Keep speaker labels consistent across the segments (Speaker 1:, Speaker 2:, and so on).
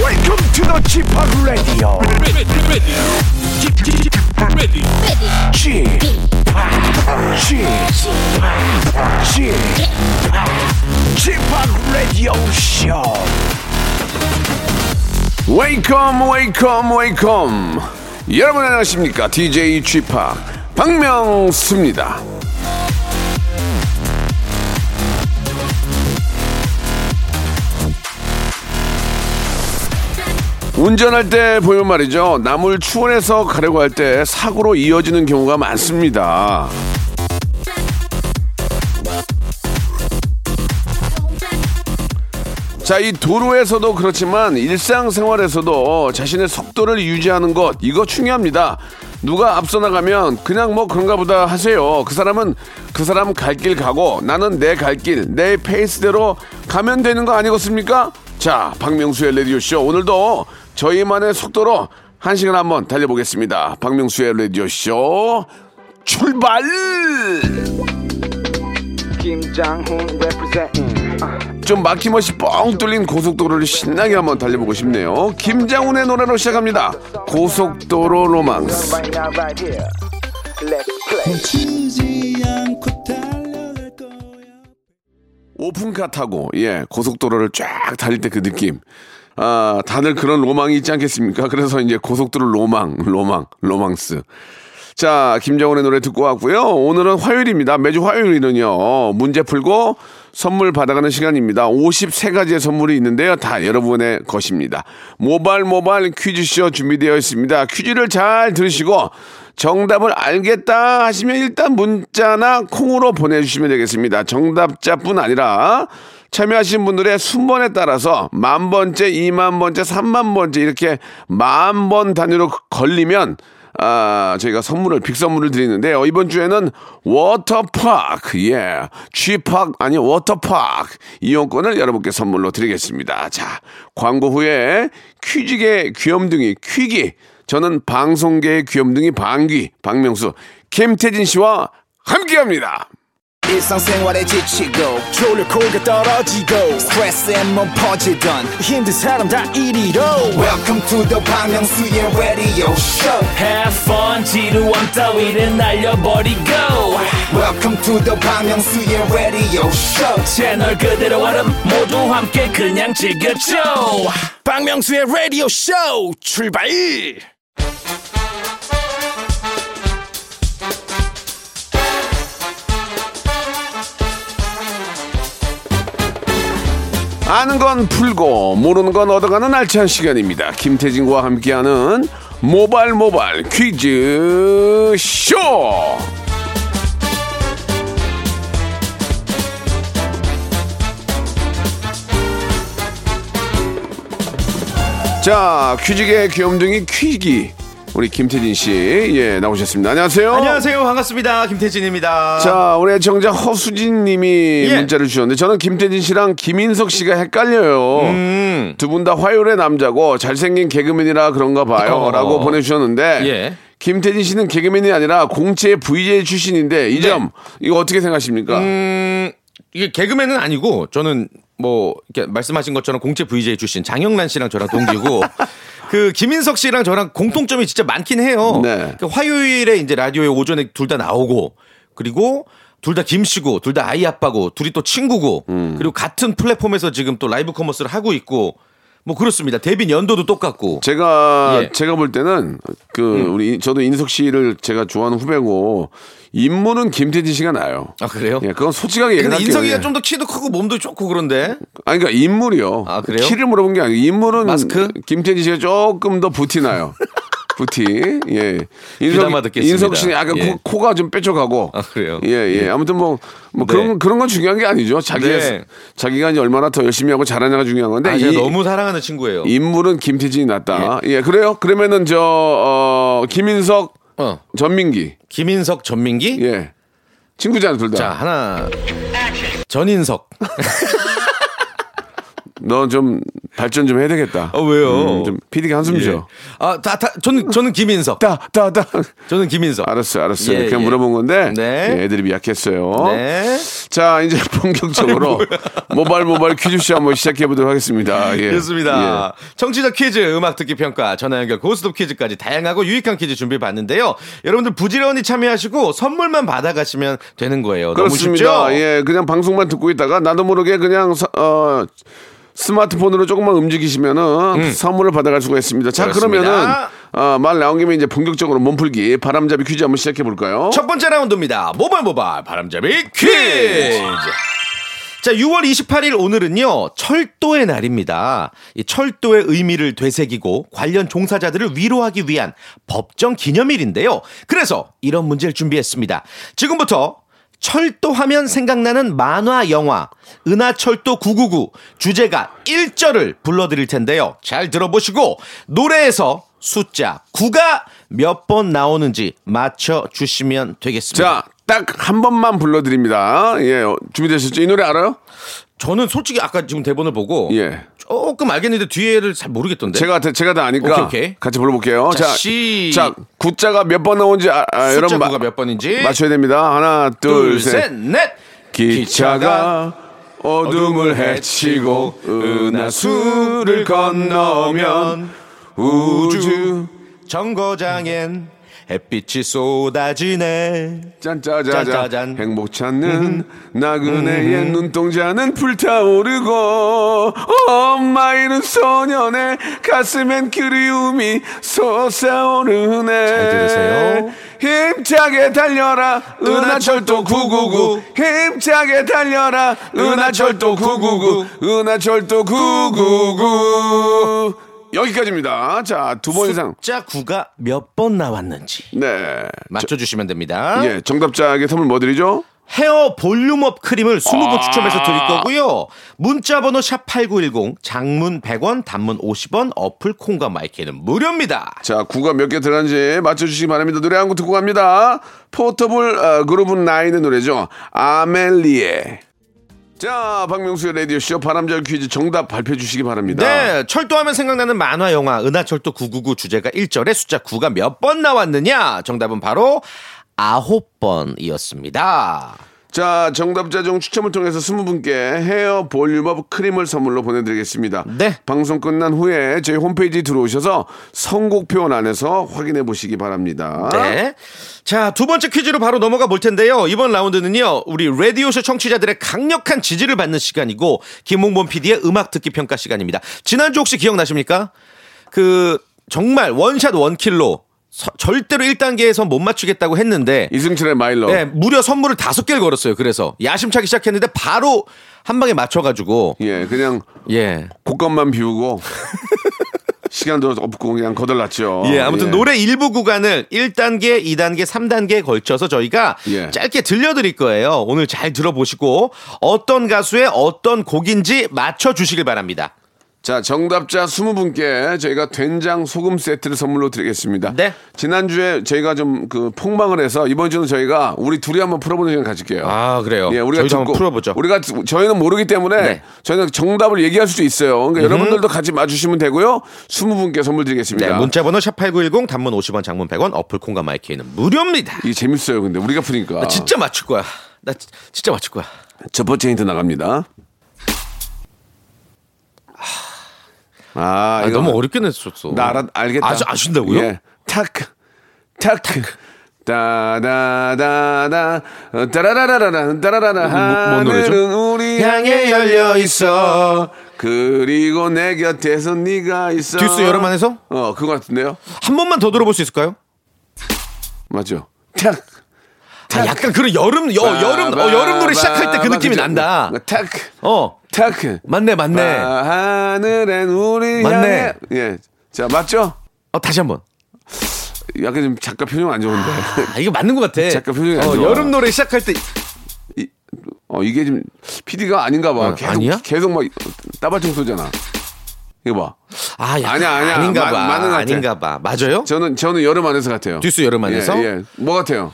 Speaker 1: Welcome to the g p o p Radio.
Speaker 2: ready, ready, ready, ready.
Speaker 1: g p o p g p o p g p o p Radio Show.
Speaker 3: 웨이컴 웨이컴 웨이컴 여러분 안녕하십니까 DJ g p o p 박명수입니다 운전할 때 보면 말이죠 남을 추월해서 가려고 할 때 사고로 이어지는 경우가 많습니다 자, 이 도로에서도 그렇지만 일상생활에서도 자신의 속도를 유지하는 것, 이거 중요합니다. 누가 앞서 나가면 그냥 뭐 그런가 보다 하세요. 그 사람은 그 사람 갈 길 가고 나는 내 갈 길, 내 페이스대로 가면 되는 거 아니겠습니까? 자, 박명수의 라디오쇼. 오늘도 저희만의 속도로 한 시간 한번 달려보겠습니다. 박명수의 라디오쇼 출발!
Speaker 4: 김장훈 representing 아,
Speaker 3: 좀 막힘없이 뻥 뚫린 고속도로를 신나게 한번 달려보고 싶네요. 김장훈의 노래로 시작합니다. 고속도로 로망스.
Speaker 4: right now right here Let's play
Speaker 3: 오픈카 타고 예 고속도로를 쫙 달릴 때 그 느낌. 아 다들 그런 로망이 있지 않겠습니까? 그래서 이제 고속도로 로망, 로망, 로망스. 자 김정은의 노래 듣고 왔고요. 오늘은 화요일입니다. 매주 화요일은요 문제 풀고 선물 받아가는 시간입니다. 53가지의 선물이 있는데요. 다 여러분의 것입니다. 모발 모발 퀴즈쇼 준비되어 있습니다. 퀴즈를 잘 들으시고 정답을 알겠다 하시면 일단 문자나 콩으로 보내주시면 되겠습니다. 정답자뿐 아니라 참여하신 분들의 순번에 따라서 만 번째, 이만 번째, 삼만 번째 이렇게 만 번 단위로 걸리면 아, 저희가 선물을, 빅 선물을 드리는데요. 어, 이번 주에는 워터파크, 예. 쥐팍, 아니, 워터파크. 이용권을 여러분께 선물로 드리겠습니다. 자, 광고 후에 퀴즈계 귀염둥이, 퀴기. 저는 방송계의 귀염둥이 방귀, 박명수, 김태진 씨와 함께 합니다.
Speaker 5: 일상생활에 지치고,
Speaker 1: 졸려 코가 떨어지고
Speaker 5: 스트레스에 몸 퍼지던,
Speaker 1: 힘든 사람 다 이리로.
Speaker 5: welcome to the Bang Myung-soo's radio show
Speaker 6: Have fun 지루함 따위를 날려버리고
Speaker 5: welcome to the Bang Myung-soo's radio show
Speaker 6: 채널 그대로 얼음 모두 함께 그냥 즐겨줘
Speaker 1: 박명수의 라디오 쇼 출발.
Speaker 3: 아는 건 풀고, 모르는 건 얻어가는 알찬 시간입니다. 김태진과 함께하는 모발 모발 퀴즈 쇼! 자, 퀴즈계 귀염둥이 퀴기. 우리 김태진 씨, 예, 나오셨습니다. 안녕하세요.
Speaker 7: 안녕하세요 반갑습니다 김태진입니다
Speaker 3: 자, 우리 애청자 허수진 님이
Speaker 7: 아. 예.
Speaker 3: 문자를 주셨는데 저는 김태진 씨랑 김인석 씨가 헷갈려요.
Speaker 7: 음.
Speaker 3: 두 분 다 화요일의 남자고 잘생긴 개그맨이라 그런가 봐요.
Speaker 7: 어.
Speaker 3: 라고 보내주셨는데
Speaker 7: 예.
Speaker 3: 김태진 씨는 개그맨이 아니라 공채 VJ 출신인데 이 점 이거 어떻게 생각하십니까?
Speaker 7: 네. 음, 이게 개그맨은 아니고 저는 뭐 이렇게 말씀하신 것처럼 공채 VJ 출신 장영란 씨랑 저랑 동기고 그 김인석 씨랑 저랑 공통점이 진짜 많긴 해요
Speaker 3: 네.
Speaker 7: 그 화요일에 이제 라디오에 오전에 둘 다 나오고 그리고 둘 다 김씨고 둘 다 아이 아빠고 둘이 또 친구고
Speaker 3: 음.
Speaker 7: 그리고 같은 플랫폼에서 지금 또 라이브 커머스를 하고 있고 뭐 그렇습니다 데뷔 연도도 똑같고
Speaker 3: 제가
Speaker 7: 예. 음.
Speaker 3: 제가 볼 때는 그 우리 인- 저도 인석 씨를 제가 좋아하는 후배고 인물은 김태진 씨가 나요.
Speaker 7: 아 그래요?
Speaker 3: 예, 그건 솔직하게
Speaker 7: 근데
Speaker 3: 얘기할게요.
Speaker 7: 인석이가
Speaker 3: 예.
Speaker 7: 좀 더 키도 크고 몸도 좋고 그런데
Speaker 3: 아니 그러니까 인물이요.
Speaker 7: 아, 그래요?
Speaker 3: 키를 물어본 게 아니고 인물은
Speaker 7: 마스크?
Speaker 3: 김태진 씨가 조금 더 부티 나요. 부티. 예.
Speaker 7: 귀담아
Speaker 3: 인석
Speaker 7: 듣겠습니다.
Speaker 3: 인석 씨는 약간
Speaker 7: 예.
Speaker 3: 코, 코가 좀 빼쳐가고.
Speaker 7: 아, 그래요?
Speaker 3: 예, 예. 아무튼 뭐 뭐 그런 그런 건 중요한 게 아니죠. 자기가
Speaker 7: 네.
Speaker 3: 자기가 이제 얼마나 더 열심히 하고 잘하냐가 중요한 건데
Speaker 7: 아, 제가 너무 사랑하는 친구예요.
Speaker 3: 인물은 네, 김태진이 낫다. 예. 그래요? 그러면은 저 어, 김인석,
Speaker 7: 어.
Speaker 3: 전민기.
Speaker 7: 김인석, 전민기.
Speaker 3: 예. 친구잖아 둘 다.
Speaker 7: 자 하나 전인석.
Speaker 3: 너 좀 발전 좀 해야 되겠다.
Speaker 7: 아, 왜요?
Speaker 3: 음, 좀 PD가 한숨 쉬어.
Speaker 7: 아, 다, 다, 저는, 저는 김인석.
Speaker 3: 따따따.
Speaker 7: 저는 김인석.
Speaker 3: 알았어, 알았어.
Speaker 7: 예,
Speaker 3: 그냥
Speaker 7: 예.
Speaker 3: 물어본 건데
Speaker 7: 네.
Speaker 3: 예, 애들이 약했어요.
Speaker 7: 네.
Speaker 3: 자, 이제 본격적으로 모발 모발 퀴즈쇼 한번 시작해 보도록 하겠습니다. 예.
Speaker 7: 그렇습니다. 청취자 퀴즈, 음악 듣기 평가, 전화 연결, 고스톱 퀴즈까지 다양하고 유익한 퀴즈 준비해 봤는데요. 여러분들 부지런히 참여하시고 선물만 받아가시면 되는 거예요. 너무
Speaker 3: 그렇습니다.
Speaker 7: 쉽죠?
Speaker 3: 예, 그냥 방송만 듣고 있다가 나도 모르게 그냥 서- 어, 스마트폰으로 조금만 움직이시면은 선물을 받아갈 수가 있습니다. 자,
Speaker 7: 음. 그렇습니다.
Speaker 3: 그러면은 어, 말 나온 김에 이제 본격적으로 몸풀기 바람잡이 퀴즈 한번 시작해 볼까요?
Speaker 7: 첫 번째 라운드입니다. 모발 모발 바람잡이 퀴즈. 자, 6월 28일 오늘은요, 철도의 날입니다. 이 철도의 의미를 되새기고 관련 종사자들을 위로하기 위한 법정 기념일인데요. 그래서 이런 문제를 준비했습니다. 지금부터 철도 하면 생각나는 만화 영화, 은하철도 999, 주제가 1절을 불러드릴 텐데요. 잘 들어보시고, 노래에서 숫자 9가 몇 번 나오는지 맞춰주시면 되겠습니다.
Speaker 3: 자, 딱 한 번만 불러드립니다. 예, 어, 준비되셨죠? 이 노래 알아요?
Speaker 7: 저는 솔직히 아까 지금 대본을 보고
Speaker 3: 예.
Speaker 7: 조금 알겠는데 뒤에를 잘 모르겠던데.
Speaker 3: 제가 다- 제가 다 아니까
Speaker 7: 네. 오케이, 오케이.
Speaker 3: 같이 불러볼게요.
Speaker 7: 자,
Speaker 3: 자,
Speaker 7: 시-
Speaker 3: 자, 구자가 몇 번 나온지 아, 아,
Speaker 7: 숫자
Speaker 3: 여러분 마-
Speaker 7: 구가 몇 번인지.
Speaker 3: 맞춰야 됩니다. 하나, 둘,
Speaker 7: 둘, 셋, 넷.
Speaker 3: 기차가 어둠을 헤치고 은하수를 건너면 우주
Speaker 7: 정거장엔 햇빛이 쏟아지네.
Speaker 3: 짠짜자잔
Speaker 7: 짠짜잔.
Speaker 3: 행복 찾는 나그네의 눈동자는 불타오르고 엄마이는 소년의 가슴엔 그리움이 솟아오르네 잘
Speaker 7: 들으세요.
Speaker 3: 힘차게 달려라 은하철도 999 힘차게 달려라 은하철도 999 은하철도 999 여기까지입니다 자 두 번 이상
Speaker 7: 숫자 구가 몇 번 나왔는지
Speaker 3: 네
Speaker 7: 맞춰주시면 됩니다.
Speaker 3: 예, 정답자에게 선물 뭐 드리죠?
Speaker 7: 헤어 볼륨업 크림을 20분 추첨해서 드릴 거고요. 문자 번호 샵8910 장문 100원 단문 50원 어플 콩과 마이크는 무료입니다.
Speaker 3: 자, 구가 몇 개 들어간지 맞춰주시기 바랍니다. 노래 한 곡 듣고 갑니다. 포터블 어, 그룹 나인의 노래죠. 아멜리에. 자, 박명수의 라디오쇼 바람절 퀴즈 정답 발표해 주시기 바랍니다.
Speaker 7: 네, 철도하면 생각나는 만화 영화 은하철도 999 주제가 1절에 숫자 9가 몇 번 나왔느냐? 정답은 바로 아홉 번이었습니다.
Speaker 3: 자, 정답자 중 추첨을 통해서 20분께 헤어 볼륨업 크림을 선물로 보내드리겠습니다.
Speaker 7: 네.
Speaker 3: 방송 끝난 후에 저희 홈페이지 들어오셔서 선곡표 안에서 확인해 보시기 바랍니다.
Speaker 7: 네. 자, 두 번째 퀴즈로 바로 넘어가 볼 텐데요. 이번 라운드는요, 우리 라디오쇼 청취자들의 강력한 지지를 받는 시간이고, 김홍범 PD의 음악 듣기 평가 시간입니다. 지난주 혹시 기억나십니까? 그, 정말 원샷 원킬로 서- 절대로 1단계에서 못 맞추겠다고 했는데,
Speaker 3: 이승철의 마일러.
Speaker 7: 네, 무려 선물을 다섯 개를 걸었어요. 그래서 야심차게 시작했는데 바로 한 방에 맞춰가지고
Speaker 3: 예, 그냥
Speaker 7: 예.
Speaker 3: 콧값만 비우고 시간도 없고 그냥 거덜났죠.
Speaker 7: 예, 아무튼 노래 일부 구간을 1단계, 2단계, 3단계에 걸쳐서 저희가
Speaker 3: 예.
Speaker 7: 짧게 들려드릴 거예요. 오늘 잘 들어보시고 어떤 가수의 어떤 곡인지 맞춰주시길 바랍니다.
Speaker 3: 자, 정답자 20분께 저희가 된장 소금 세트를 선물로 드리겠습니다.
Speaker 7: 네.
Speaker 3: 지난주에 저희가 좀 그 폭망을 해서 이번 주는 저희가 우리 둘이 한번 풀어보는 시간 가질게요.
Speaker 7: 아, 그래요.
Speaker 3: 예, 우리가
Speaker 7: 저희도
Speaker 3: 듣고
Speaker 7: 한번 풀어보죠.
Speaker 3: 우리가 듣- 저희는 모르기 때문에
Speaker 7: 네.
Speaker 3: 저희는 정답을 얘기할 수도 있어요.
Speaker 7: 음.
Speaker 3: 그러니까 여러분들도 같이 맞추시면 되고요. 20분께 선물 드리겠습니다.
Speaker 7: 네, 문자번호 샵8910 단문 50원 장문 100원 어플 콩과 마이크에는 무료입니다.
Speaker 3: 이게 재밌어요. 근데 우리가 푸니까.
Speaker 7: 나 아, 진짜 맞출 거야. 나 지- 진짜 맞출 거야.
Speaker 3: 첫 번째 힌트 나갑니다. 아,
Speaker 7: 아,
Speaker 3: 이거
Speaker 7: 너무 어렵게 냈었어.
Speaker 3: 나 알아, 알겠다.
Speaker 7: 아, 아신다고요?
Speaker 3: 예. 타크, 타크. 따다다다다 따라라라라 따라라라
Speaker 7: 뭐- 뭔 노래죠?
Speaker 3: 하늘은 우리 향해 열려 있어 그리고 내 곁에서 네가 있어
Speaker 7: 듀스 여러만 해서?
Speaker 3: 어 그거 같은데요
Speaker 7: 한 번만 더 들어볼 수 있을까요?
Speaker 3: 맞죠 탁
Speaker 7: 아, 약간 그런 여름 여,
Speaker 3: 아,
Speaker 7: 여름 어, 여름 노래 시작할 때 그 느낌이 난다.
Speaker 3: 타크
Speaker 7: 어
Speaker 3: 타크
Speaker 7: 맞네 맞네.
Speaker 3: 아, 하늘엔 우리
Speaker 7: 맞네.
Speaker 3: 향해 예자 맞죠
Speaker 7: 어 다시 한번.
Speaker 3: 약간 좀 작가 표정 안 좋은데
Speaker 7: 아 이거 맞는 것 같아.
Speaker 3: 잠깐 표정이 안
Speaker 7: 어,
Speaker 3: 좋아.
Speaker 7: 여름 노래 시작할 때
Speaker 3: 어 이게 지금 PD가 아닌가 봐.
Speaker 7: 어,
Speaker 3: 계속
Speaker 7: 아니야?
Speaker 3: 계속 막 따발총 쏘잖아. 이거 봐.
Speaker 7: 아, 약간
Speaker 3: 아니야, 아니야.
Speaker 7: 아닌가
Speaker 3: 맞-
Speaker 7: 봐.
Speaker 3: 맞는 것 같아.
Speaker 7: 아닌가 봐. 맞아요?
Speaker 3: 저는 저는 여름 안에서 같아요.
Speaker 7: 듀스 여름 안에서?
Speaker 3: 예, 예. 뭐 같아요?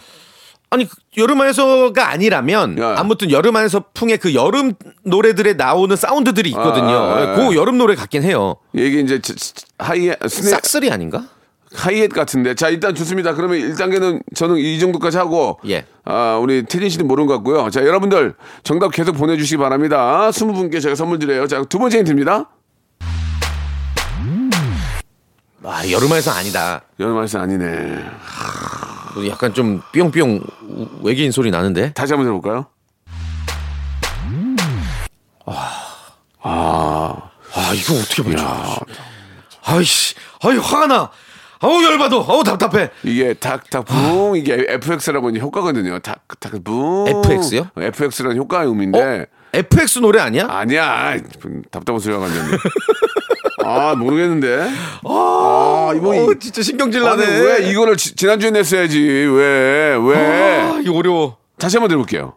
Speaker 7: 아니 그 여름 안에서가 아니라면
Speaker 3: 야.
Speaker 7: 아무튼 여름 안에서 풍의 그 여름 노래들에 나오는 사운드들이 있거든요.
Speaker 3: 아, 아, 아.
Speaker 7: 그 여름 노래 같긴 해요.
Speaker 3: 이게 이제 지- 지- 하이에 스네,
Speaker 7: 싹쓸이 아닌가?
Speaker 3: 하이햇 같은데. 자, 일단 좋습니다. 그러면 1단계는 저는 이 정도까지 하고.
Speaker 7: 예.
Speaker 3: 아, 우리 태진 씨는 모르는 것 같고요. 자, 여러분들 정답 계속 보내주시기 바랍니다. 20분께 제가 선물 드려요. 자, 두 번째 힌트입니다.
Speaker 7: 아 여름 안에서 아니다. 그
Speaker 3: 여름 말씀 아니네.
Speaker 7: 약간 좀 뿅뿅 우- 외계인 소리 나는데.
Speaker 3: 다시 한번 들어볼까요?
Speaker 7: 아 이거 어떻게 보죠? 아이씨, 아이 화가 나. 아우 열받아. 아우 답답해.
Speaker 3: 이게 탁탁붕 이게 FX라고 이제 효과거든요. 탁탁붕
Speaker 7: FX 요? 어?
Speaker 3: FX라는 효과의 의미인데
Speaker 7: FX 노래 아니야?
Speaker 3: 아니야 답답한 소리가 가지아 모르겠는데. 아 이거
Speaker 7: 어,
Speaker 3: 이-
Speaker 7: 진짜 신경질
Speaker 3: 아니,
Speaker 7: 나네.
Speaker 3: 왜 이거를 지- 지난주에 냈어야지 왜 왜?
Speaker 7: 아, 이거 어려워.
Speaker 3: 다시 한번 들어볼게요.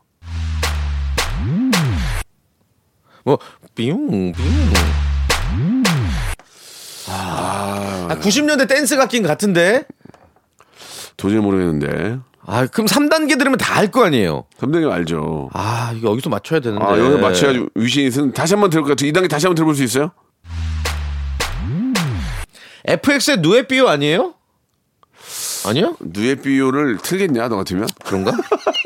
Speaker 7: 뭐 빙빙. 아, 90년대 댄스 같긴 같은데.
Speaker 3: 도저히 모르겠는데.
Speaker 7: 아, 그럼 3단계 들으면 다 알 거 아니에요.
Speaker 3: 선배님 알죠.
Speaker 7: 아, 이거 여기서 맞춰야 되는데.
Speaker 3: 아 여기서 맞춰야지 위신이 쓴 다시 한번 들을까요? 이 단계 다시 한번 들어볼 수 있어요?
Speaker 7: FX의 누에 삐요 아니에요? 아니요?
Speaker 3: 누에 비유를 틀겠냐 너 같으면?
Speaker 7: 그런가?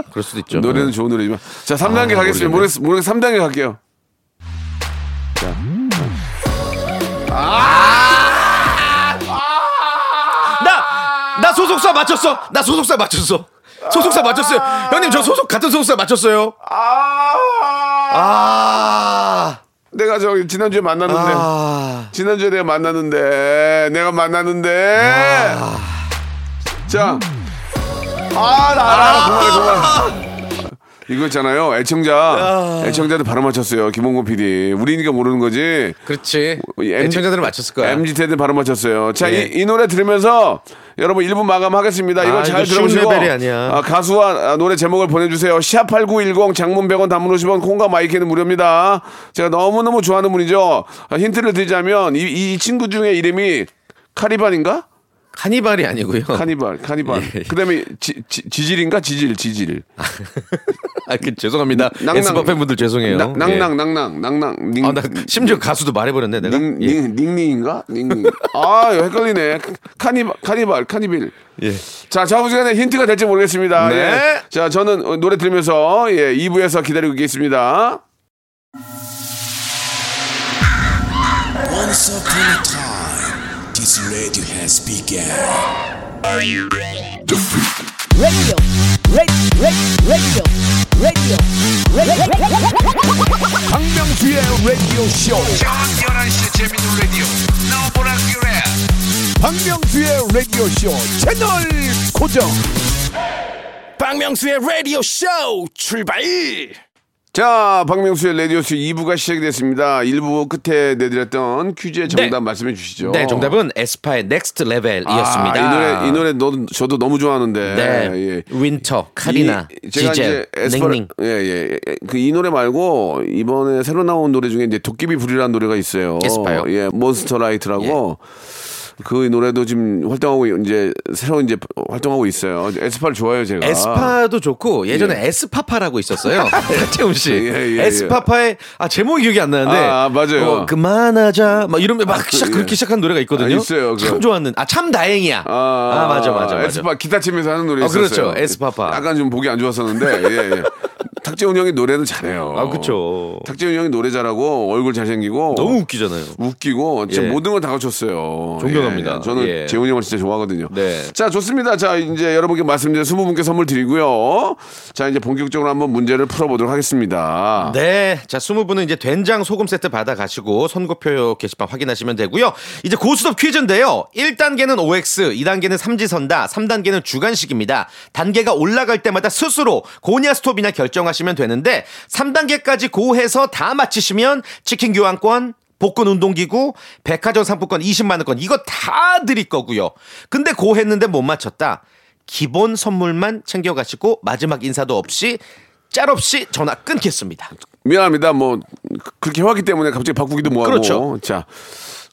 Speaker 7: 그럴 수도 있죠.
Speaker 3: 노래는 좋은 노래지만 자 3단계
Speaker 7: 네. 아,
Speaker 3: 가겠습니다 모르
Speaker 7: 모르겠네.
Speaker 3: 모르 3단계 갈게요
Speaker 7: 나! 나 소속사 맞췄어! 나 소속사 맞췄어! 소속사 맞췄어요! 형님, 저 소속, 같은 소속사 맞췄어요! 아!
Speaker 3: 내가 저기 지난주에 만났는데
Speaker 7: 아!
Speaker 3: 지난주에 내가 만났는데 내가 만났는데 자 아, 나 알아. 그만, 그만. 이거 있잖아요. 애청자. 애청자들 바로 맞췄어요. 김홍곤 PD. 우리니까 모르는 거지.
Speaker 7: 그렇지.
Speaker 3: 뭐, 이 MG
Speaker 7: 애청자들은 맞췄을 거야.
Speaker 3: MG 세대 바로 맞췄어요. 자,
Speaker 7: 그러니까. 예.
Speaker 3: 이, 이 노래 들으면서 여러분 1분 마감하겠습니다. 이거
Speaker 7: 아,
Speaker 3: 잘
Speaker 7: 이거 쉬운
Speaker 3: 들어보시고
Speaker 7: 레벨이 아니야.
Speaker 3: 아, 가수와 아, 노래 제목을 보내주세요. 샵8910 장문 100원 단문 50원 콩과 마이크는 무료입니다. 제가 너무너무 좋아하는 분이죠. 아, 힌트를 드리자면 이, 이 친구 중에 이름이 카리반인가?
Speaker 7: 카니발이 아니고요.
Speaker 3: 카니발, 카니발.
Speaker 7: 예.
Speaker 3: 그 다음에 지, 지, 지질인가? 지질, 지질.
Speaker 7: 아, 그, 죄송합니다.
Speaker 3: 낭낭.
Speaker 7: 에스파 팬분들 죄송해요.
Speaker 3: 낙-
Speaker 7: 예.
Speaker 3: 낭낭, 낭낭, 낭낭. 닝,
Speaker 7: 아, 나 심지어 가수도 말해버렸네, 내가.
Speaker 3: 닝,
Speaker 7: 예.
Speaker 3: 닝, 닝닝인가? 닝닝. 아, 이거 헷갈리네. 카니발, 카니발, 카니빌.
Speaker 7: 예.
Speaker 3: 자, 자음 시간에 힌트가 될지 모르겠습니다.
Speaker 7: 네.
Speaker 3: 예. 자, 저는 어, 노래 들으면서 예, 2부에서 기다리고 있겠습니다.
Speaker 1: This radio has begun. 박명수의 라디오 쇼. 박명수의 라디오 쇼 채널 고정.
Speaker 6: 박명수의 라디오 쇼 출발
Speaker 3: 자, 박명수의 라디오쇼 2부가 시작이 됐습니다. 1부 끝에 내드렸던 퀴즈의 정답
Speaker 7: 네.
Speaker 3: 말씀해 주시죠.
Speaker 7: 네, 정답은 에스파의 넥스트 레벨이었습니다.
Speaker 3: 어. 아, 이 노래, 이 노래 너, 저도 너무 좋아하는데.
Speaker 7: 네.
Speaker 3: 예.
Speaker 7: 윈터, 카리나,
Speaker 3: 이- 제가
Speaker 7: 지젤,
Speaker 3: 이제
Speaker 7: 냉랭.
Speaker 3: 예, 예. 그 이 노래 말고 이번에 새로 나온 노래 중에 이제 도깨비 불이라는 노래가 있어요.
Speaker 7: 에스파요? 예.
Speaker 3: 예, 몬스터 라이트라고 그 노래도 지금 활동하고 이제 새로 이제 활동하고 있어요. 에스파를 좋아해요, 제가.
Speaker 7: 에스파도 좋고 예전에 에스파파라고 있었어요. 박태훈 씨.
Speaker 3: 예, 예,
Speaker 7: 에스파파의 아 제목이 기억이 안 나는데.
Speaker 3: 아, 아, 맞아요.
Speaker 7: 어, 그만하자. 막 이러면 막 시작
Speaker 3: 예.
Speaker 7: 그렇게 시작한 노래가 있거든요.
Speaker 3: 아, 있어요, 그거.
Speaker 7: 참 좋았는. 아 참 다행이야. 아, 맞아 맞아 맞아.
Speaker 3: 에스파 기타 치면서 하는 노래
Speaker 7: 어,
Speaker 3: 있었어요.
Speaker 7: 그렇죠. 에스파파.
Speaker 3: 약간 좀 보기 안 좋았었는데. 예, 예. 탁재훈 형이 노래는 잘해요.
Speaker 7: 아 그쵸.
Speaker 3: 탁재훈 형이 노래 잘하고 얼굴 잘생기고
Speaker 7: 너무 웃기잖아요.
Speaker 3: 웃기고 진짜
Speaker 7: 예.
Speaker 3: 모든 걸 다 갖췄어요.
Speaker 7: 존경합니다.
Speaker 3: 예, 저는
Speaker 7: 예.
Speaker 3: 재훈이 형을 진짜 좋아하거든요.
Speaker 7: 네.
Speaker 3: 자 좋습니다. 자 이제 여러분께 말씀드린 20분께 선물 드리고요. 자 이제 본격적으로 한번 문제를 풀어보도록 하겠습니다.
Speaker 7: 네. 자, 20분은 이제 된장 소금 세트 받아가시고 선고표 게시판 확인하시면 되고요. 이제 고스톱 퀴즈인데요. 1단계는 OX, 2단계는 삼지선다, 3단계는 주간식입니다. 단계가 올라갈 때마다 스스로 고냐 스톱이나 결정하시면 되는데 3단계까지 고해서 다 마치시면 치킨 교환권 복근 운동기구, 백화점 상품권 20만원권, 이거 다 드릴 거고요. 근데 고 했는데 못 맞췄다. 기본 선물만 챙겨가시고, 마지막 인사도 없이, 짤 없이 전화 끊겠습니다.
Speaker 3: 그, 미안합니다. 뭐 그렇게 해왔기 때문에 갑자기 바꾸기도 뭐하고.
Speaker 7: 그렇죠.
Speaker 3: 자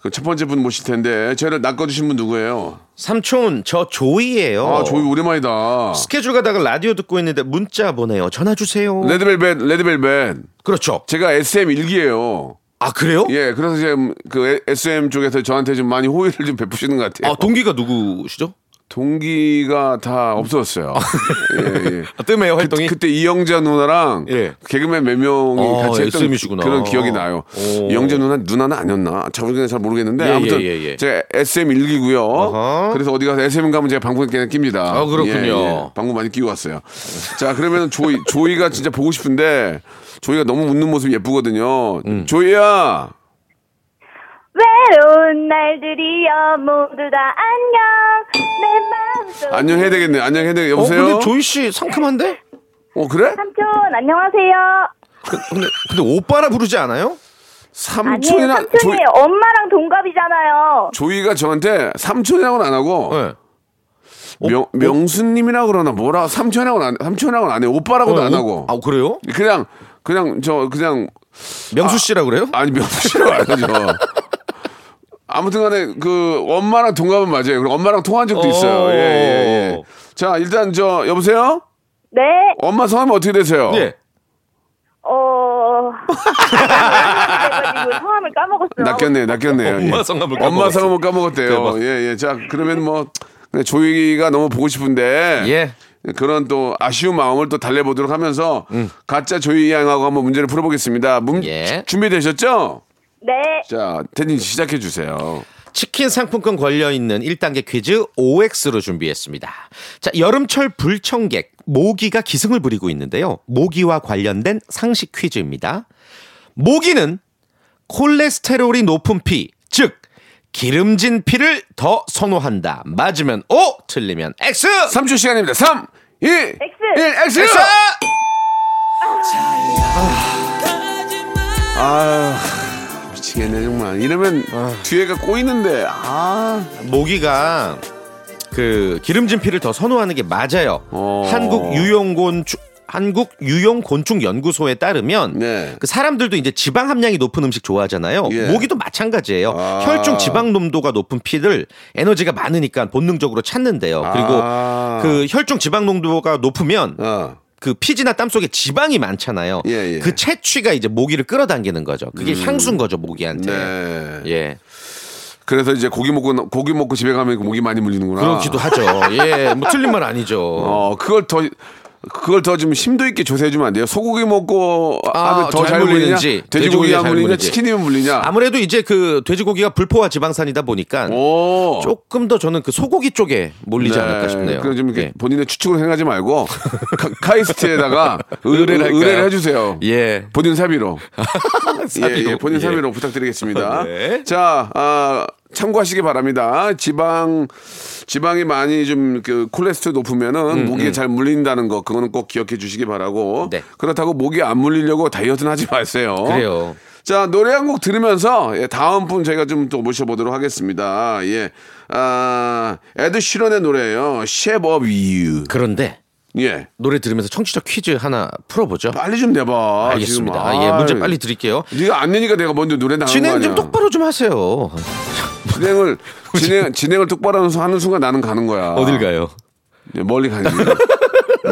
Speaker 3: 그 첫 번째 분 모실 텐데 저를 낚아주신 분 누구예요?
Speaker 7: 삼촌 저 조이예요.
Speaker 3: 아 조이 오랜만이다.
Speaker 7: 어. 스케줄 가다가 라디오 듣고 있는데 문자 보내요. 전화 주세요.
Speaker 3: 네. 레드벨벳 레드벨벳
Speaker 7: 그렇죠.
Speaker 3: 제가 SM 일기예요.
Speaker 7: 아 그래요?
Speaker 3: 예, 그래서 지금 그 SM 쪽에서 저한테 좀 많이 호의를 좀 베푸시는 것 같아요.
Speaker 7: 아 동기가 누구시죠?
Speaker 3: 동기가 다 없어졌어요. 예, 예.
Speaker 7: 아, 뜸해요 활동이.
Speaker 3: 그, 때 이영자 누나랑
Speaker 7: 예.
Speaker 3: 개그맨 몇 명이
Speaker 7: 아,
Speaker 3: 같이 했던
Speaker 7: SM이시구나.
Speaker 3: 그런 기억이 나요.
Speaker 7: 오.
Speaker 3: 이영자 누나 누나는 아니었나? 잘모르겠는잘 모르겠는데
Speaker 7: 예,
Speaker 3: 아무튼
Speaker 7: 예, 예, 예.
Speaker 3: 제가 SM 일기고요.
Speaker 7: 어허.
Speaker 3: 그래서 어디 가서 SM 가면 제가 방구에 그냥 낍니다. 예,
Speaker 7: 아, 그렇군요.
Speaker 3: 방구 많이 끼고 왔어요. 자 그러면 조이 조이가 진짜 보고 싶은데 조이가 너무 웃는 모습 이 예쁘거든요.
Speaker 7: 음.
Speaker 3: 조이야.
Speaker 8: 외로운 날들이여 모두 다 안녕 내 마음속
Speaker 3: 안녕 해야 되겠네. 안녕 해야 되겠네.
Speaker 7: 어
Speaker 3: 여보세요?
Speaker 7: 근데 조이 씨 상큼한데?
Speaker 3: 어, 그래?
Speaker 8: 삼촌 안녕하세요
Speaker 7: 그- 근데 근데 오빠라 부르지 않아요?
Speaker 3: 음,
Speaker 8: 아니에요
Speaker 3: 삼촌이나
Speaker 8: 삼촌이
Speaker 3: 조이,
Speaker 8: 엄마랑 동갑이잖아요
Speaker 3: 조이가 저한테 삼촌이라고는 안 하고
Speaker 7: 네.
Speaker 3: 명, 명수님이라 그러나 뭐라 삼촌이라고는 안, 삼촌이라고는 안 해. 오빠라고도
Speaker 7: 어,
Speaker 3: 안
Speaker 7: 오-
Speaker 3: 하고.
Speaker 7: 아 그래요?
Speaker 3: 그냥 그냥 저 그냥
Speaker 7: 명수 씨라 그래요?
Speaker 3: 아니 명수라고 안 하죠. 아무튼간에 그 엄마랑 동갑은 맞아요. 그리고 엄마랑 통화한 적도 있어요.
Speaker 7: 어.
Speaker 3: 예, 예, 예. 자 일단 저 여보세요.
Speaker 8: 네
Speaker 3: 엄마 성함이 어떻게 되세요?
Speaker 7: 예.
Speaker 8: 어... 그래가지고 성함을 까먹었어요
Speaker 3: 낚였네, 낚였네요.
Speaker 7: 엄마
Speaker 3: 예.
Speaker 7: 성함을
Speaker 3: 엄마
Speaker 7: 까먹었어.
Speaker 3: 성함을 까먹었대요.
Speaker 7: 대박.
Speaker 3: 예, 예. 자, 그러면 뭐 그냥 조이가 너무 보고 싶은데
Speaker 7: 예.
Speaker 3: 그런 또 아쉬운 마음을 또 달래보도록 하면서 가짜 조이 양하고 한번 문제를 풀어보겠습니다. 문,
Speaker 7: 음. 예.
Speaker 3: 준비되셨죠?
Speaker 8: 네
Speaker 3: 자, 태진 씨 시작해 주세요.
Speaker 7: 치킨 상품권 걸려있는 1단계 퀴즈 OX로 준비했습니다. 자, 여름철 불청객, 모기가 기승을 부리고 있는데요. 모기와 관련된 상식 퀴즈입니다. 모기는 콜레스테롤이 높은 피, 즉, 기름진 피를 더 선호한다. 맞으면 O, 틀리면 X!
Speaker 3: 3초 시간입니다. 3, 2, 1, X!
Speaker 7: X!
Speaker 3: 아, 미치겠네, 정말. 이러면
Speaker 7: 아.
Speaker 3: 뒤에가 꼬이는데, 아.
Speaker 7: 모기가 그 기름진 피를 더 선호하는 게 맞아요.
Speaker 3: 어.
Speaker 7: 한국 유용곤 한국 유용 곤충 연구소에 따르면
Speaker 3: 네.
Speaker 7: 그 사람들도 이제 지방 함량이 높은 음식 좋아하잖아요.
Speaker 3: 예.
Speaker 7: 모기도 마찬가지예요.
Speaker 3: 아.
Speaker 7: 혈중 지방 농도가 높은 피를 에너지가 많으니까 본능적으로 찾는데요. 그리고
Speaker 3: 아.
Speaker 7: 그 혈중 지방 농도가 높으면
Speaker 3: 어.
Speaker 7: 그 피지나 땀 속에 지방이 많잖아요.
Speaker 3: 예, 예.
Speaker 7: 그 채취가 이제 모기를 끌어당기는 거죠. 그게 향수인 거죠, 모기한테.
Speaker 3: 네.
Speaker 7: 예.
Speaker 3: 그래서 이제 고기 먹고 고기 먹고 집에 가면 그 목이 많이 물리는구나.
Speaker 7: 그렇기도 하죠. 예. 뭐 틀린 말 아니죠.
Speaker 3: 아. 어 그걸 더 그걸 더 좀 심도 있게 조사해 주면 안 돼요. 소고기 먹고
Speaker 7: 아,
Speaker 3: 하면 더
Speaker 7: 잘
Speaker 3: 잘 물리냐?
Speaker 7: 물리는지,
Speaker 3: 돼지고기가
Speaker 7: 돼지고기가 잘
Speaker 3: 물리냐?
Speaker 7: 물리지.
Speaker 3: 치킨이면 물리냐?
Speaker 7: 아무래도 이제 그 돼지고기가 불포화 지방산이다 보니까
Speaker 3: 오.
Speaker 7: 조금 더 저는 그 소고기 쪽에 몰리지
Speaker 3: 어. 네,
Speaker 7: 않을까 싶네요.
Speaker 3: 그럼 좀 이렇게
Speaker 7: 예.
Speaker 3: 본인의 추측을 행하지 말고 카- 카이스트에다가 의뢰를,
Speaker 7: 의뢰할까요?
Speaker 3: 의뢰를 해주세요.
Speaker 7: 예.
Speaker 3: 본인 사비로.
Speaker 7: 사비로.
Speaker 3: 예, 예, 본인
Speaker 7: 예.
Speaker 3: 사비로 부탁드리겠습니다.
Speaker 7: 네.
Speaker 3: 자, 아, 참고하시기 바랍니다. 지방, 지방이 많이 좀 그 콜레스테롤 높으면은 모기에 잘 물린다는 거, 그거는 꼭 기억해 주시기 바라고.
Speaker 7: 음, 네.
Speaker 3: 그렇다고 모기 안 물리려고 다이어트는 하지 마세요.
Speaker 7: 그래요.
Speaker 3: 자, 노래 한 곡 들으면서 예, 다음 분 저희가 좀 또 모셔보도록 하겠습니다. 예. 아, 에드 시런의 노래예요. Shape of You.
Speaker 7: 그런데
Speaker 3: 예.
Speaker 7: 노래 들으면서 청취자 퀴즈 하나 풀어보죠.
Speaker 3: 빨리 좀 내봐.
Speaker 7: 알겠습니다.
Speaker 3: 지금.
Speaker 7: 예, 문제
Speaker 3: 아, 아이,
Speaker 7: 빨리 드릴게요.
Speaker 3: 네가 안 내니까 내가 먼저 노래 나가는 거
Speaker 7: 진행
Speaker 3: 아니야.
Speaker 7: 좀 똑바로 좀 하세요.
Speaker 3: 진행을 진행 진행을 똑바로 하는 순- 하는 순간 나는 가는 거야.
Speaker 7: 어딜 가요?
Speaker 3: 예, 멀리 가지.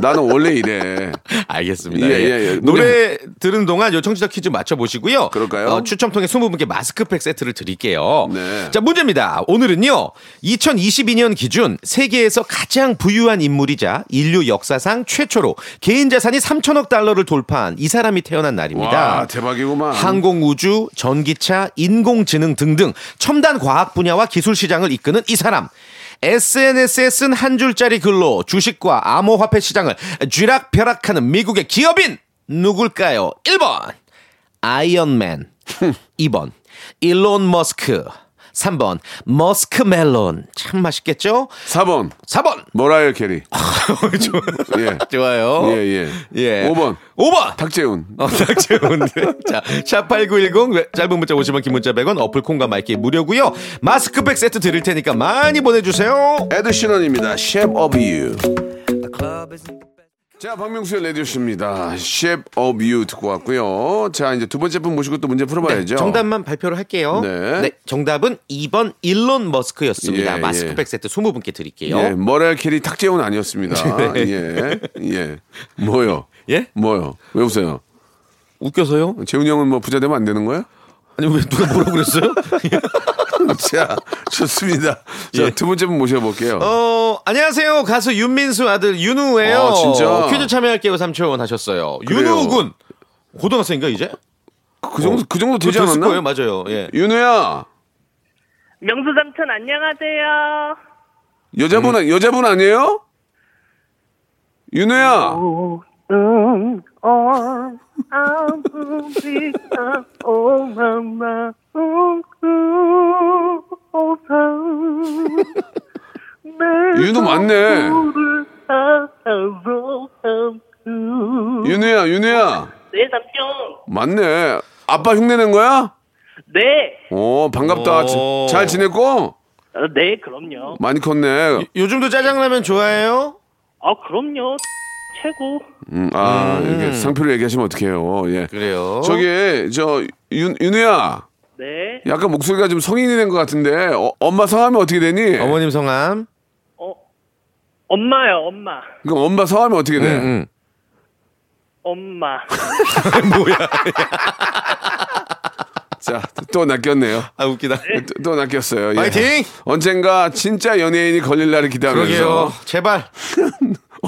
Speaker 3: 나는 원래 이래.
Speaker 7: 알겠습니다.
Speaker 3: 예,
Speaker 7: 예,
Speaker 3: 예, 예.
Speaker 7: 노래 들은 동안 요 청취자 퀴즈 맞춰보시고요.
Speaker 3: 그럴까요?
Speaker 7: 어, 추첨 통해 20분께 마스크팩 세트를 드릴게요.
Speaker 3: 네.
Speaker 7: 자, 문제입니다. 오늘은요. 2022년 기준 세계에서 가장 부유한 인물이자 인류 역사상 최초로 개인 자산이 3천억 달러를 돌파한 이 사람이 태어난 날입니다.
Speaker 3: 와 대박이구만.
Speaker 7: 항공 우주, 전기차, 인공지능 등등 첨단 과학 분야와 기술 시장을 이끄는 이 사람. SNS에 쓴 한 줄짜리 글로 주식과 암호화폐 시장을 쥐락펴락하는 미국의 기업인 누굴까요? 1번 아이언맨 2번 일론 머스크 3번 머스크 멜론 참 맛있겠죠?
Speaker 3: 4번
Speaker 7: 4번
Speaker 3: 모라이어 캐리. 예.
Speaker 7: 좋아요
Speaker 3: 예, 예.
Speaker 7: 예.
Speaker 3: 오 번.
Speaker 7: 5번
Speaker 3: 탁재훈.
Speaker 7: 어, 딱 좋은데. 자, 샵8910 짧은 문자 50원, 긴 문자 100원, 어플 콩과 마이키 무료고요. 마스크팩 세트 드릴 테니까 많이 보내 주세요.
Speaker 3: 에드 시런입니다. Shape of You. 자, 박명수의 레디오쇼입니다. Shape of You 듣고 왔고요. 자, 이제 두 번째 분 모시고 또 문제 풀어봐야죠.
Speaker 7: 네, 정답만 발표를 할게요.
Speaker 3: 네.
Speaker 7: 정답은 2번 일론 머스크였습니다.
Speaker 3: 예,
Speaker 7: 마스크팩
Speaker 3: 예.
Speaker 7: 세트 20분께 드릴게요.
Speaker 3: 예, 머렐 캐리 탁재훈 아니었습니다. 예, 예. 뭐요?
Speaker 7: 네. 예?
Speaker 3: 뭐요? 왜 웃어요?
Speaker 7: 웃겨서요?
Speaker 3: 재훈이 형은 뭐 부자 되면 안 되는 거야?
Speaker 7: 아니 왜 누가 뭐라 그랬어요?
Speaker 3: 자, 좋습니다. 자,
Speaker 7: 예.
Speaker 3: 두 번째 분 모셔볼게요.
Speaker 7: 어, 안녕하세요. 가수 윤민수 아들 윤우예요.
Speaker 3: 아, 진짜?
Speaker 7: 퀴즈 참여할게요. 삼촌 하셨어요.
Speaker 3: 그래요.
Speaker 7: 윤우 군. 고등학생인가 이제?
Speaker 3: 그 정도, 그 정도 되지
Speaker 7: 됐을
Speaker 3: 않았나?
Speaker 7: 어. 뭐 거예요. 맞아요. 예.
Speaker 3: 윤우야,
Speaker 9: 명수 삼촌 안녕하세요.
Speaker 3: 여자분,
Speaker 7: 음.
Speaker 3: 아- 여자분 아니에요? 윤우야,
Speaker 9: 음, 어, 아, 음, 비, 아,
Speaker 8: 어,
Speaker 9: 오, 마마, 음, 음, 오, 사음. 내
Speaker 3: 윤우 맞네.
Speaker 9: 손을 안아서, 음, 음.
Speaker 3: 윤우야, 윤우야.
Speaker 9: 네, 삼촌.
Speaker 3: 맞네. 아빠 흉내 낸 거야?
Speaker 9: 네.
Speaker 3: 오, 반갑다. 지-
Speaker 7: 오.
Speaker 3: 잘 지냈고?
Speaker 9: 어, 네, 그럼요.
Speaker 3: 많이 컸네.
Speaker 7: 요즘도 짜장라면 좋아해요?
Speaker 9: 아, 그럼요. 최고.
Speaker 3: 음, 아, 이렇게 상표를 얘기하시면 어떡해요. 예.
Speaker 7: 그래요.
Speaker 3: 저기, 저, 윤, 윤우야.
Speaker 9: 네.
Speaker 3: 약간 목소리가 좀 성인이 된 것 같은데, 어, 엄마 성함이 어떻게 되니?
Speaker 7: 어머님 성함.
Speaker 9: 어, 엄마요, 엄마.
Speaker 3: 그럼 엄마 성함이 어떻게 돼?
Speaker 7: 응.
Speaker 9: 엄마.
Speaker 3: 자, 또 낚였네요.
Speaker 7: 아 웃기다.
Speaker 3: 또, 또 낚였어요. 예.
Speaker 7: 파이팅!
Speaker 3: 언젠가 진짜 연예인이 걸릴 날을 기대하면서
Speaker 7: 아, 그러게요. 제발.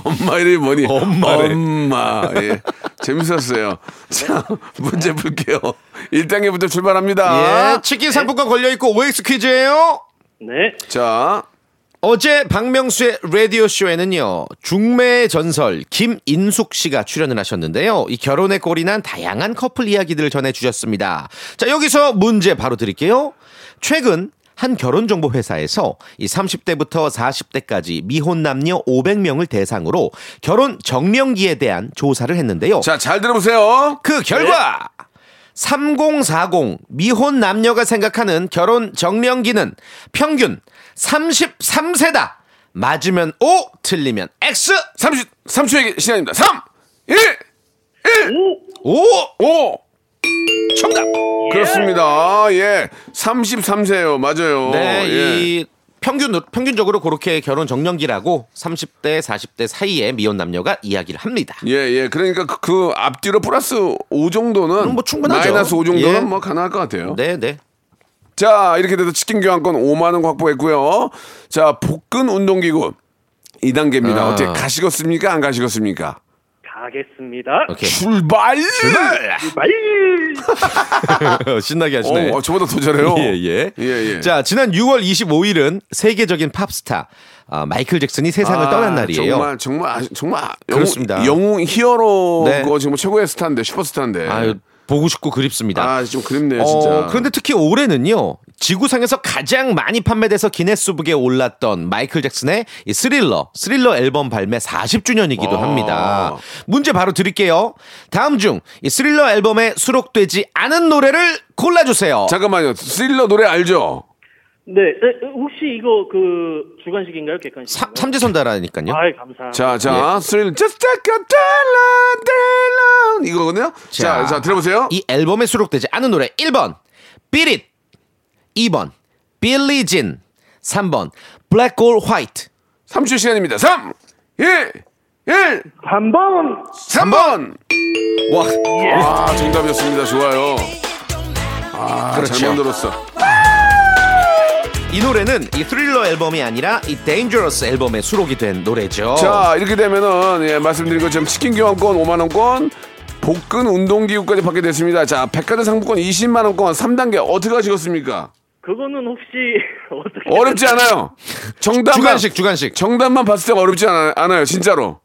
Speaker 3: 엄마 이름이 뭐니?
Speaker 7: 엄마래.
Speaker 3: 엄마. 예. 재밌었어요. 자, 문제 풀게요. 1단계부터 출발합니다.
Speaker 7: 예. 치킨 상품권 걸려 있고 OX 퀴즈예요.
Speaker 9: 네.
Speaker 3: 자,
Speaker 7: 어제 박명수의 라디오 쇼에는요 중매의 전설 김인숙 씨가 출연을 하셨는데요 이 결혼의 꼴이 난 다양한 커플 이야기들을 전해 주셨습니다. 자 여기서 문제 바로 드릴게요. 최근 한 결혼 정보 회사에서 이 30대부터 40대까지 미혼 남녀 500명을 대상으로 결혼 정령기에 대한 조사를 했는데요.
Speaker 3: 자, 잘 들어보세요.
Speaker 7: 그 결과 3040 미혼 남녀가 생각하는 결혼 정년기는 평균 33세다. 맞으면 O, 틀리면 X.
Speaker 3: 30, 3초의 시간입니다. 3, 1, 1,
Speaker 7: 오!
Speaker 3: 5.
Speaker 7: 정답.
Speaker 3: 그렇습니다. 예. 33세요. 맞아요.
Speaker 7: 네,
Speaker 3: 예.
Speaker 7: 이 평균 평균적으로 그렇게 결혼 정년기라고 30대, 40대 사이의 미혼 남녀가 이야기를 합니다.
Speaker 3: 예, 예. 그러니까 그, 그 앞뒤로 플러스 5 정도는
Speaker 7: 그럼 뭐 충분하죠.
Speaker 3: 마이너스 5 정도는
Speaker 7: 예.
Speaker 3: 뭐 가능할 것 같아요.
Speaker 7: 네, 네.
Speaker 3: 자, 이렇게 돼서 치킨 교환권 5만 원 확보했고요. 자, 복근 운동기구 2단계입니다.
Speaker 7: 아.
Speaker 3: 어떻게 가시겠습니까? 안 가시겠습니까?
Speaker 9: 가겠습니다.
Speaker 7: 오케이.
Speaker 3: 출발!
Speaker 9: 빨리.
Speaker 7: 신나게
Speaker 3: 어, 어, 저보다 더 잘해요.
Speaker 7: 네. 예, 예.
Speaker 3: 예, 예.
Speaker 7: 자, 지난 6월 25일은 세계적인 팝스타 아, 마이클 잭슨이 세상을
Speaker 3: 아,
Speaker 7: 떠난 날이에요.
Speaker 3: 정말 정말 아, 정말 영웅,
Speaker 7: 그렇습니다.
Speaker 3: 영웅 히어로고
Speaker 7: 네.
Speaker 3: 지금 최고의 스타인데 슈퍼스타인데.
Speaker 7: 아유, 보고 싶고 그립습니다.
Speaker 3: 아, 좀 그립네요, 진짜.
Speaker 7: 어, 그런데 특히 올해는요. 지구상에서 가장 많이 판매돼서 기네스북에 올랐던 마이클 잭슨의 이 스릴러, 스릴러 앨범 발매 40주년이기도
Speaker 3: 아.
Speaker 7: 합니다. 문제 바로 드릴게요. 다음 중 이 스릴러 앨범에 수록되지 않은 노래를 골라주세요.
Speaker 3: 잠깐만요. 스릴러 노래 알죠?
Speaker 9: 네. 에, 에, 혹시 이거 그 주관식인가요? 객관식인가요?
Speaker 7: 삼- 삼지선 달아니까요.
Speaker 9: 아이, 감사합니다.
Speaker 3: 자, 자,
Speaker 7: 예.
Speaker 3: 스릴 just like a 달란 달란 이거거든요. 자, 자, 들어보세요.
Speaker 7: 이 앨범에 수록되지 않은 노래 1번 Beat It 2번 Billie Jean 3번 Black or White
Speaker 3: 3초 시간입니다. 3, 1, 1,
Speaker 9: 한 번.
Speaker 3: 3번.
Speaker 7: 와
Speaker 3: 아, 정답이었습니다. 좋아요. 아, 잘
Speaker 7: 그렇죠.
Speaker 3: 만들었어.
Speaker 7: 이 노래는 이 스릴러 앨범이 아니라 이 Dangerous 앨범에 수록이 된 노래죠.
Speaker 3: 자, 이렇게 되면은 예, 말씀드린 것처럼 치킨 교환권 5만 원권 복근 운동기구까지 받게 됐습니다. 자, 백화점 상품권 20만 원권 3단계 어떻게 하시겠습니까?
Speaker 9: 그거는 혹시 어떻게
Speaker 3: 어렵지 않아요. 정답만
Speaker 7: 주간식 주간식
Speaker 3: 정답만 봤을 때 어렵지 않아, 않아요. 진짜로.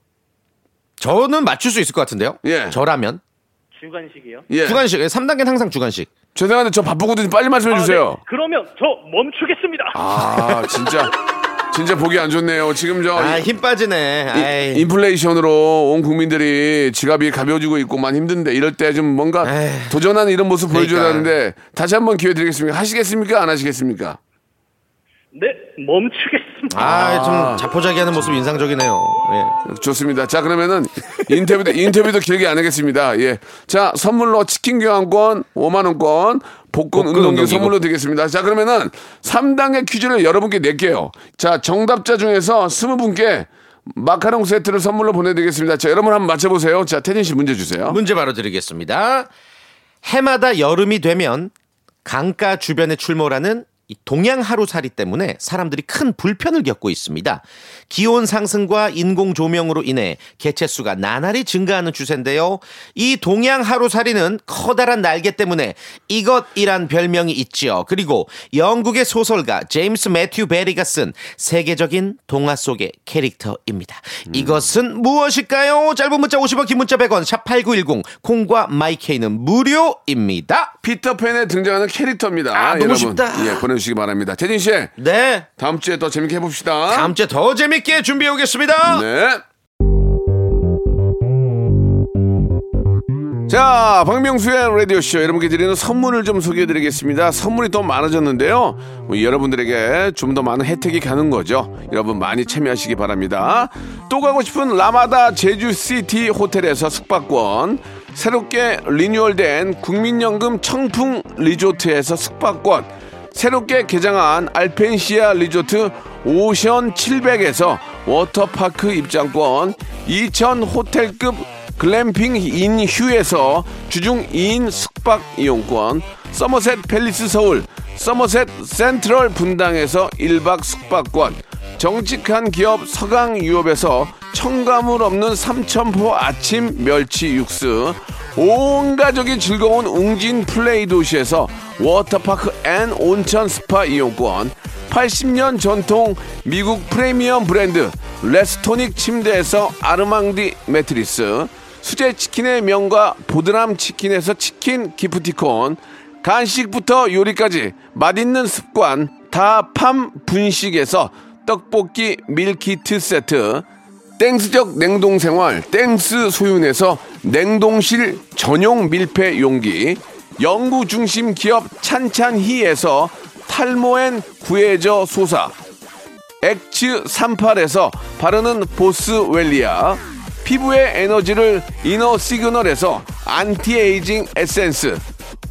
Speaker 7: 저는 맞출 수 있을 것 같은데요.
Speaker 3: 예.
Speaker 7: 저라면
Speaker 9: 주관식이요?
Speaker 3: 예.
Speaker 7: 주간식 3단계는 항상 주간식.
Speaker 3: 죄송한데 저 바쁘거든요. 빨리 말씀해 주세요.
Speaker 9: 아, 네. 그러면 저 멈추겠습니다.
Speaker 3: 아, 진짜 진짜 보기 안 좋네요. 지금 저
Speaker 7: 아 힘 빠지네.
Speaker 3: 이-
Speaker 7: 아이.
Speaker 3: 인플레이션으로 온 국민들이 지갑이 가벼워지고 있고 많이 힘든데 이럴 때 좀 뭔가
Speaker 7: 에이.
Speaker 3: 도전하는 이런 모습 보여줘야
Speaker 7: 그러니까.
Speaker 3: 하는데 다시 한번 기회 드리겠습니다. 하시겠습니까? 안 하시겠습니까?
Speaker 9: 네, 멈추겠습니다.
Speaker 7: 아, 좀 자포자기하는 모습 인상적이네요. 예.
Speaker 3: 좋습니다. 자 그러면은 인터뷰도, 인터뷰도 길게 안 하겠습니다. 예. 자, 선물로 치킨 교환권 5만원권, 복권
Speaker 7: 복근
Speaker 3: 운동기
Speaker 7: 운동기구.
Speaker 3: 선물로 드리겠습니다. 자, 그러면은 3단계 퀴즈를 여러분께 낼게요. 자, 정답자 중에서 20분께 마카롱 세트를 선물로 보내드리겠습니다. 자, 여러분 한번 맞춰보세요. 자, 태진 씨 문제 주세요.
Speaker 7: 문제 바로 드리겠습니다. 해마다 여름이 되면 강가 주변에 출몰하는 이 동양 하루살이 때문에 사람들이 큰 불편을 겪고 있습니다. 기온 상승과 인공 조명으로 인해 개체수가 나날이 증가하는 추세인데요. 이 동양 하루살이는 커다란 날개 때문에 이것이란 별명이 있지요. 그리고 영국의 소설가 제임스 매튜 베리가 쓴 세계적인 동화 속의 캐릭터입니다. 이것은 무엇일까요? 짧은 문자 50원, 긴 문자 100원, 샵 8910 콩과 마이케이는 무료입니다.
Speaker 3: 피터팬에 등장하는 캐릭터입니다.
Speaker 7: 아, 너무
Speaker 3: 여러분.
Speaker 7: 쉽다.
Speaker 3: 예, 보내주시기 바랍니다. 태진 씨,
Speaker 7: 네.
Speaker 3: 다음 주에 더 재밌게 해봅시다.
Speaker 7: 다음 주에 더 재밌게 준비해 오겠습니다.
Speaker 3: 네. 자, 박명수의 라디오쇼. 여러분께 드리는 선물을 좀 소개해 드리겠습니다. 선물이 더 많아졌는데요. 뭐 여러분들에게 좀 더 많은 혜택이 가는 거죠. 여러분 많이 참여하시기 바랍니다. 또 가고 싶은 라마다 제주시티 호텔에서 숙박권. 새롭게 리뉴얼된 국민연금 청풍 리조트에서 숙박권. 새롭게 개장한 알펜시아 리조트 오션 700에서 워터파크 입장권, 2000 호텔급 글램핑 인 휴에서 주중 2인 숙박 이용권, 서머셋 팰리스 서울, 서머셋 센트럴 분당에서 1박 숙박권, 정직한 기업 서강유업에서 첨가물 없는 삼천포 아침 멸치 육수 온 가족이 즐거운 웅진 플레이 도시에서 워터파크 앤 온천 스파 이용권 80년 전통 미국 프리미엄 브랜드 레스토닉 침대에서 아르망디 매트리스 수제 치킨의 명가 보드람 치킨에서 치킨 기프티콘 간식부터 요리까지 맛있는 습관 다팜 분식에서 떡볶이 밀키트 세트 땡스적 냉동 생활 땡스 소윤에서 냉동실 전용 밀폐 용기 연구 중심 기업 찬찬히에서 탈모엔 구해저 소사 엑츠 38에서 바르는 보스웰리아 피부의 에너지를 이너 시그널에서 안티에이징 에센스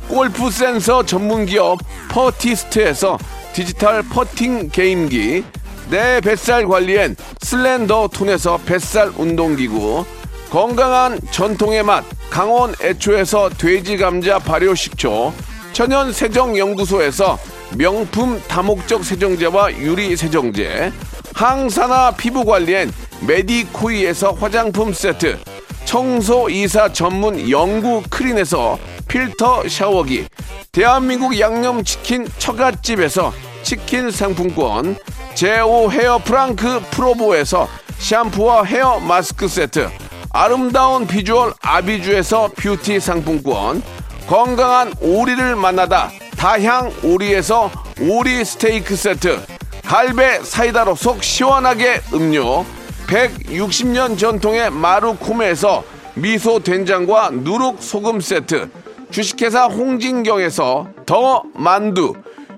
Speaker 3: 골프 센서 전문 기업 퍼티스트에서 디지털 퍼팅 게임기 내 뱃살 관리엔 슬렌더 톤에서 뱃살 운동기구 건강한 전통의 맛 강원 애초에서 돼지 감자 발효 식초 천연 세정 연구소에서 명품 다목적 세정제와 유리 세정제 항산화 피부 관리엔 메디코이에서 화장품 세트 청소 이사 전문 영구 크린에서 필터 샤워기 대한민국 양념치킨 처갓집에서 치킨 상품권 제오 헤어 프랑크 프로보에서 샴푸와 헤어 마스크 세트 아름다운 비주얼 아비주에서 뷰티 상품권 건강한 오리를 만나다 다향 오리에서 오리 스테이크 세트 갈배 사이다로 속 시원하게 음료 160년 전통의 마루코메에서 미소 된장과 누룩 소금 세트 주식회사 홍진경에서 더 만두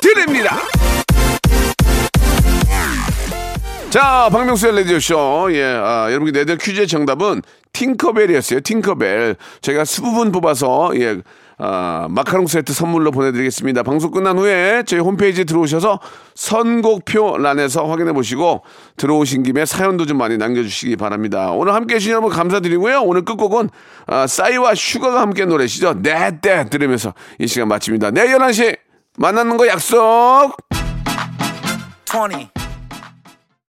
Speaker 3: 드립니다. 자, 박명수의 라디오쇼. 예, 아, 여러분께 내들 퀴즈의 정답은 팅커벨이었어요. 팅커벨. 저희가 수부분 뽑아서, 예, 아, 마카롱 세트 선물로 보내드리겠습니다. 방송 끝난 후에 저희 홈페이지 들어오셔서 선곡표 란에서 확인해 보시고 들어오신 김에 사연도 좀 많이 남겨주시기 바랍니다. 오늘 함께 해주신 여러분 감사드리고요. 오늘 끝곡은 아, 싸이와 슈가가 함께 노래시죠. 네, 네. 들으면서 이 시간 마칩니다. 내일 11시 만나는 거 약속!
Speaker 6: 20